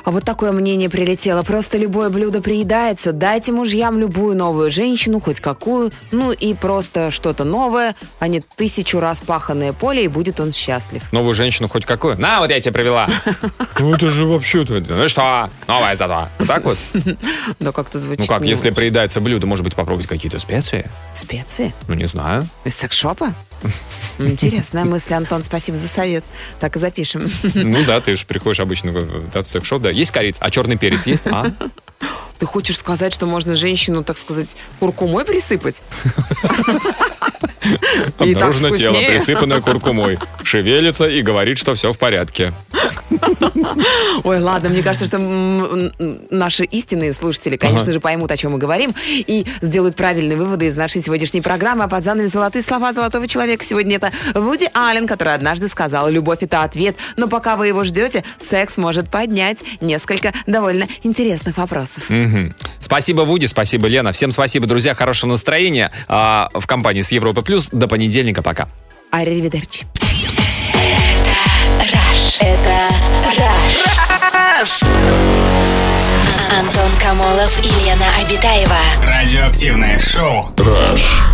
Speaker 4: А вот такое мнение прилетело. Просто любое блюдо приедается. Дайте мужьям любую новую женщину, хоть какую. Ну и просто что-то новое, а не тысячу раз паханное поле, и будет он счастлив.
Speaker 3: Новую женщину хоть какую? На, вот я тебя привела. Ну это же вообще-то... Ну что, новая зато. Вот так вот?
Speaker 4: Но как-то звучит
Speaker 3: Ну как,
Speaker 4: не
Speaker 3: если
Speaker 4: очень.
Speaker 3: приедается блюдо, может быть, попробовать какие-то специи?
Speaker 4: Специи?
Speaker 3: Ну не знаю.
Speaker 4: Из Ну, секшопа? Интересная мысль, Антон, спасибо за совет. Так и запишем.
Speaker 3: Ну да, ты же приходишь обычно в- в да, в секс-шоп, да. Есть корица? А черный перец есть? А?
Speaker 4: Ты хочешь сказать, что можно женщину, так сказать, куркумой присыпать? И так
Speaker 3: Обнаружено тело,
Speaker 4: вкуснее.
Speaker 3: присыпанное куркумой. Шевелится и говорит, что все в порядке.
Speaker 4: Ой, ладно, мне кажется, что м, м, наши истинные слушатели, конечно
Speaker 3: Ага.
Speaker 4: же, поймут, о чем мы говорим, и сделают правильные выводы из нашей сегодняшней программы. А под занавес «Золотые слова золотого человека» сегодня это Вуди Аллен, который однажды сказал, «Любовь – это ответ, но пока вы его ждете, секс может поднять несколько довольно интересных вопросов».
Speaker 3: Мгм. Спасибо, Вуди, спасибо, Лена. Всем спасибо, друзья, хорошего настроения. А, в компании с Европы Плюс. До понедельника, пока.
Speaker 4: Аривидерчи.
Speaker 1: Rush. Это Rush. Антон Камолов и Лена Обитаева.
Speaker 10: Радиоактивное шоу.
Speaker 2: Rush.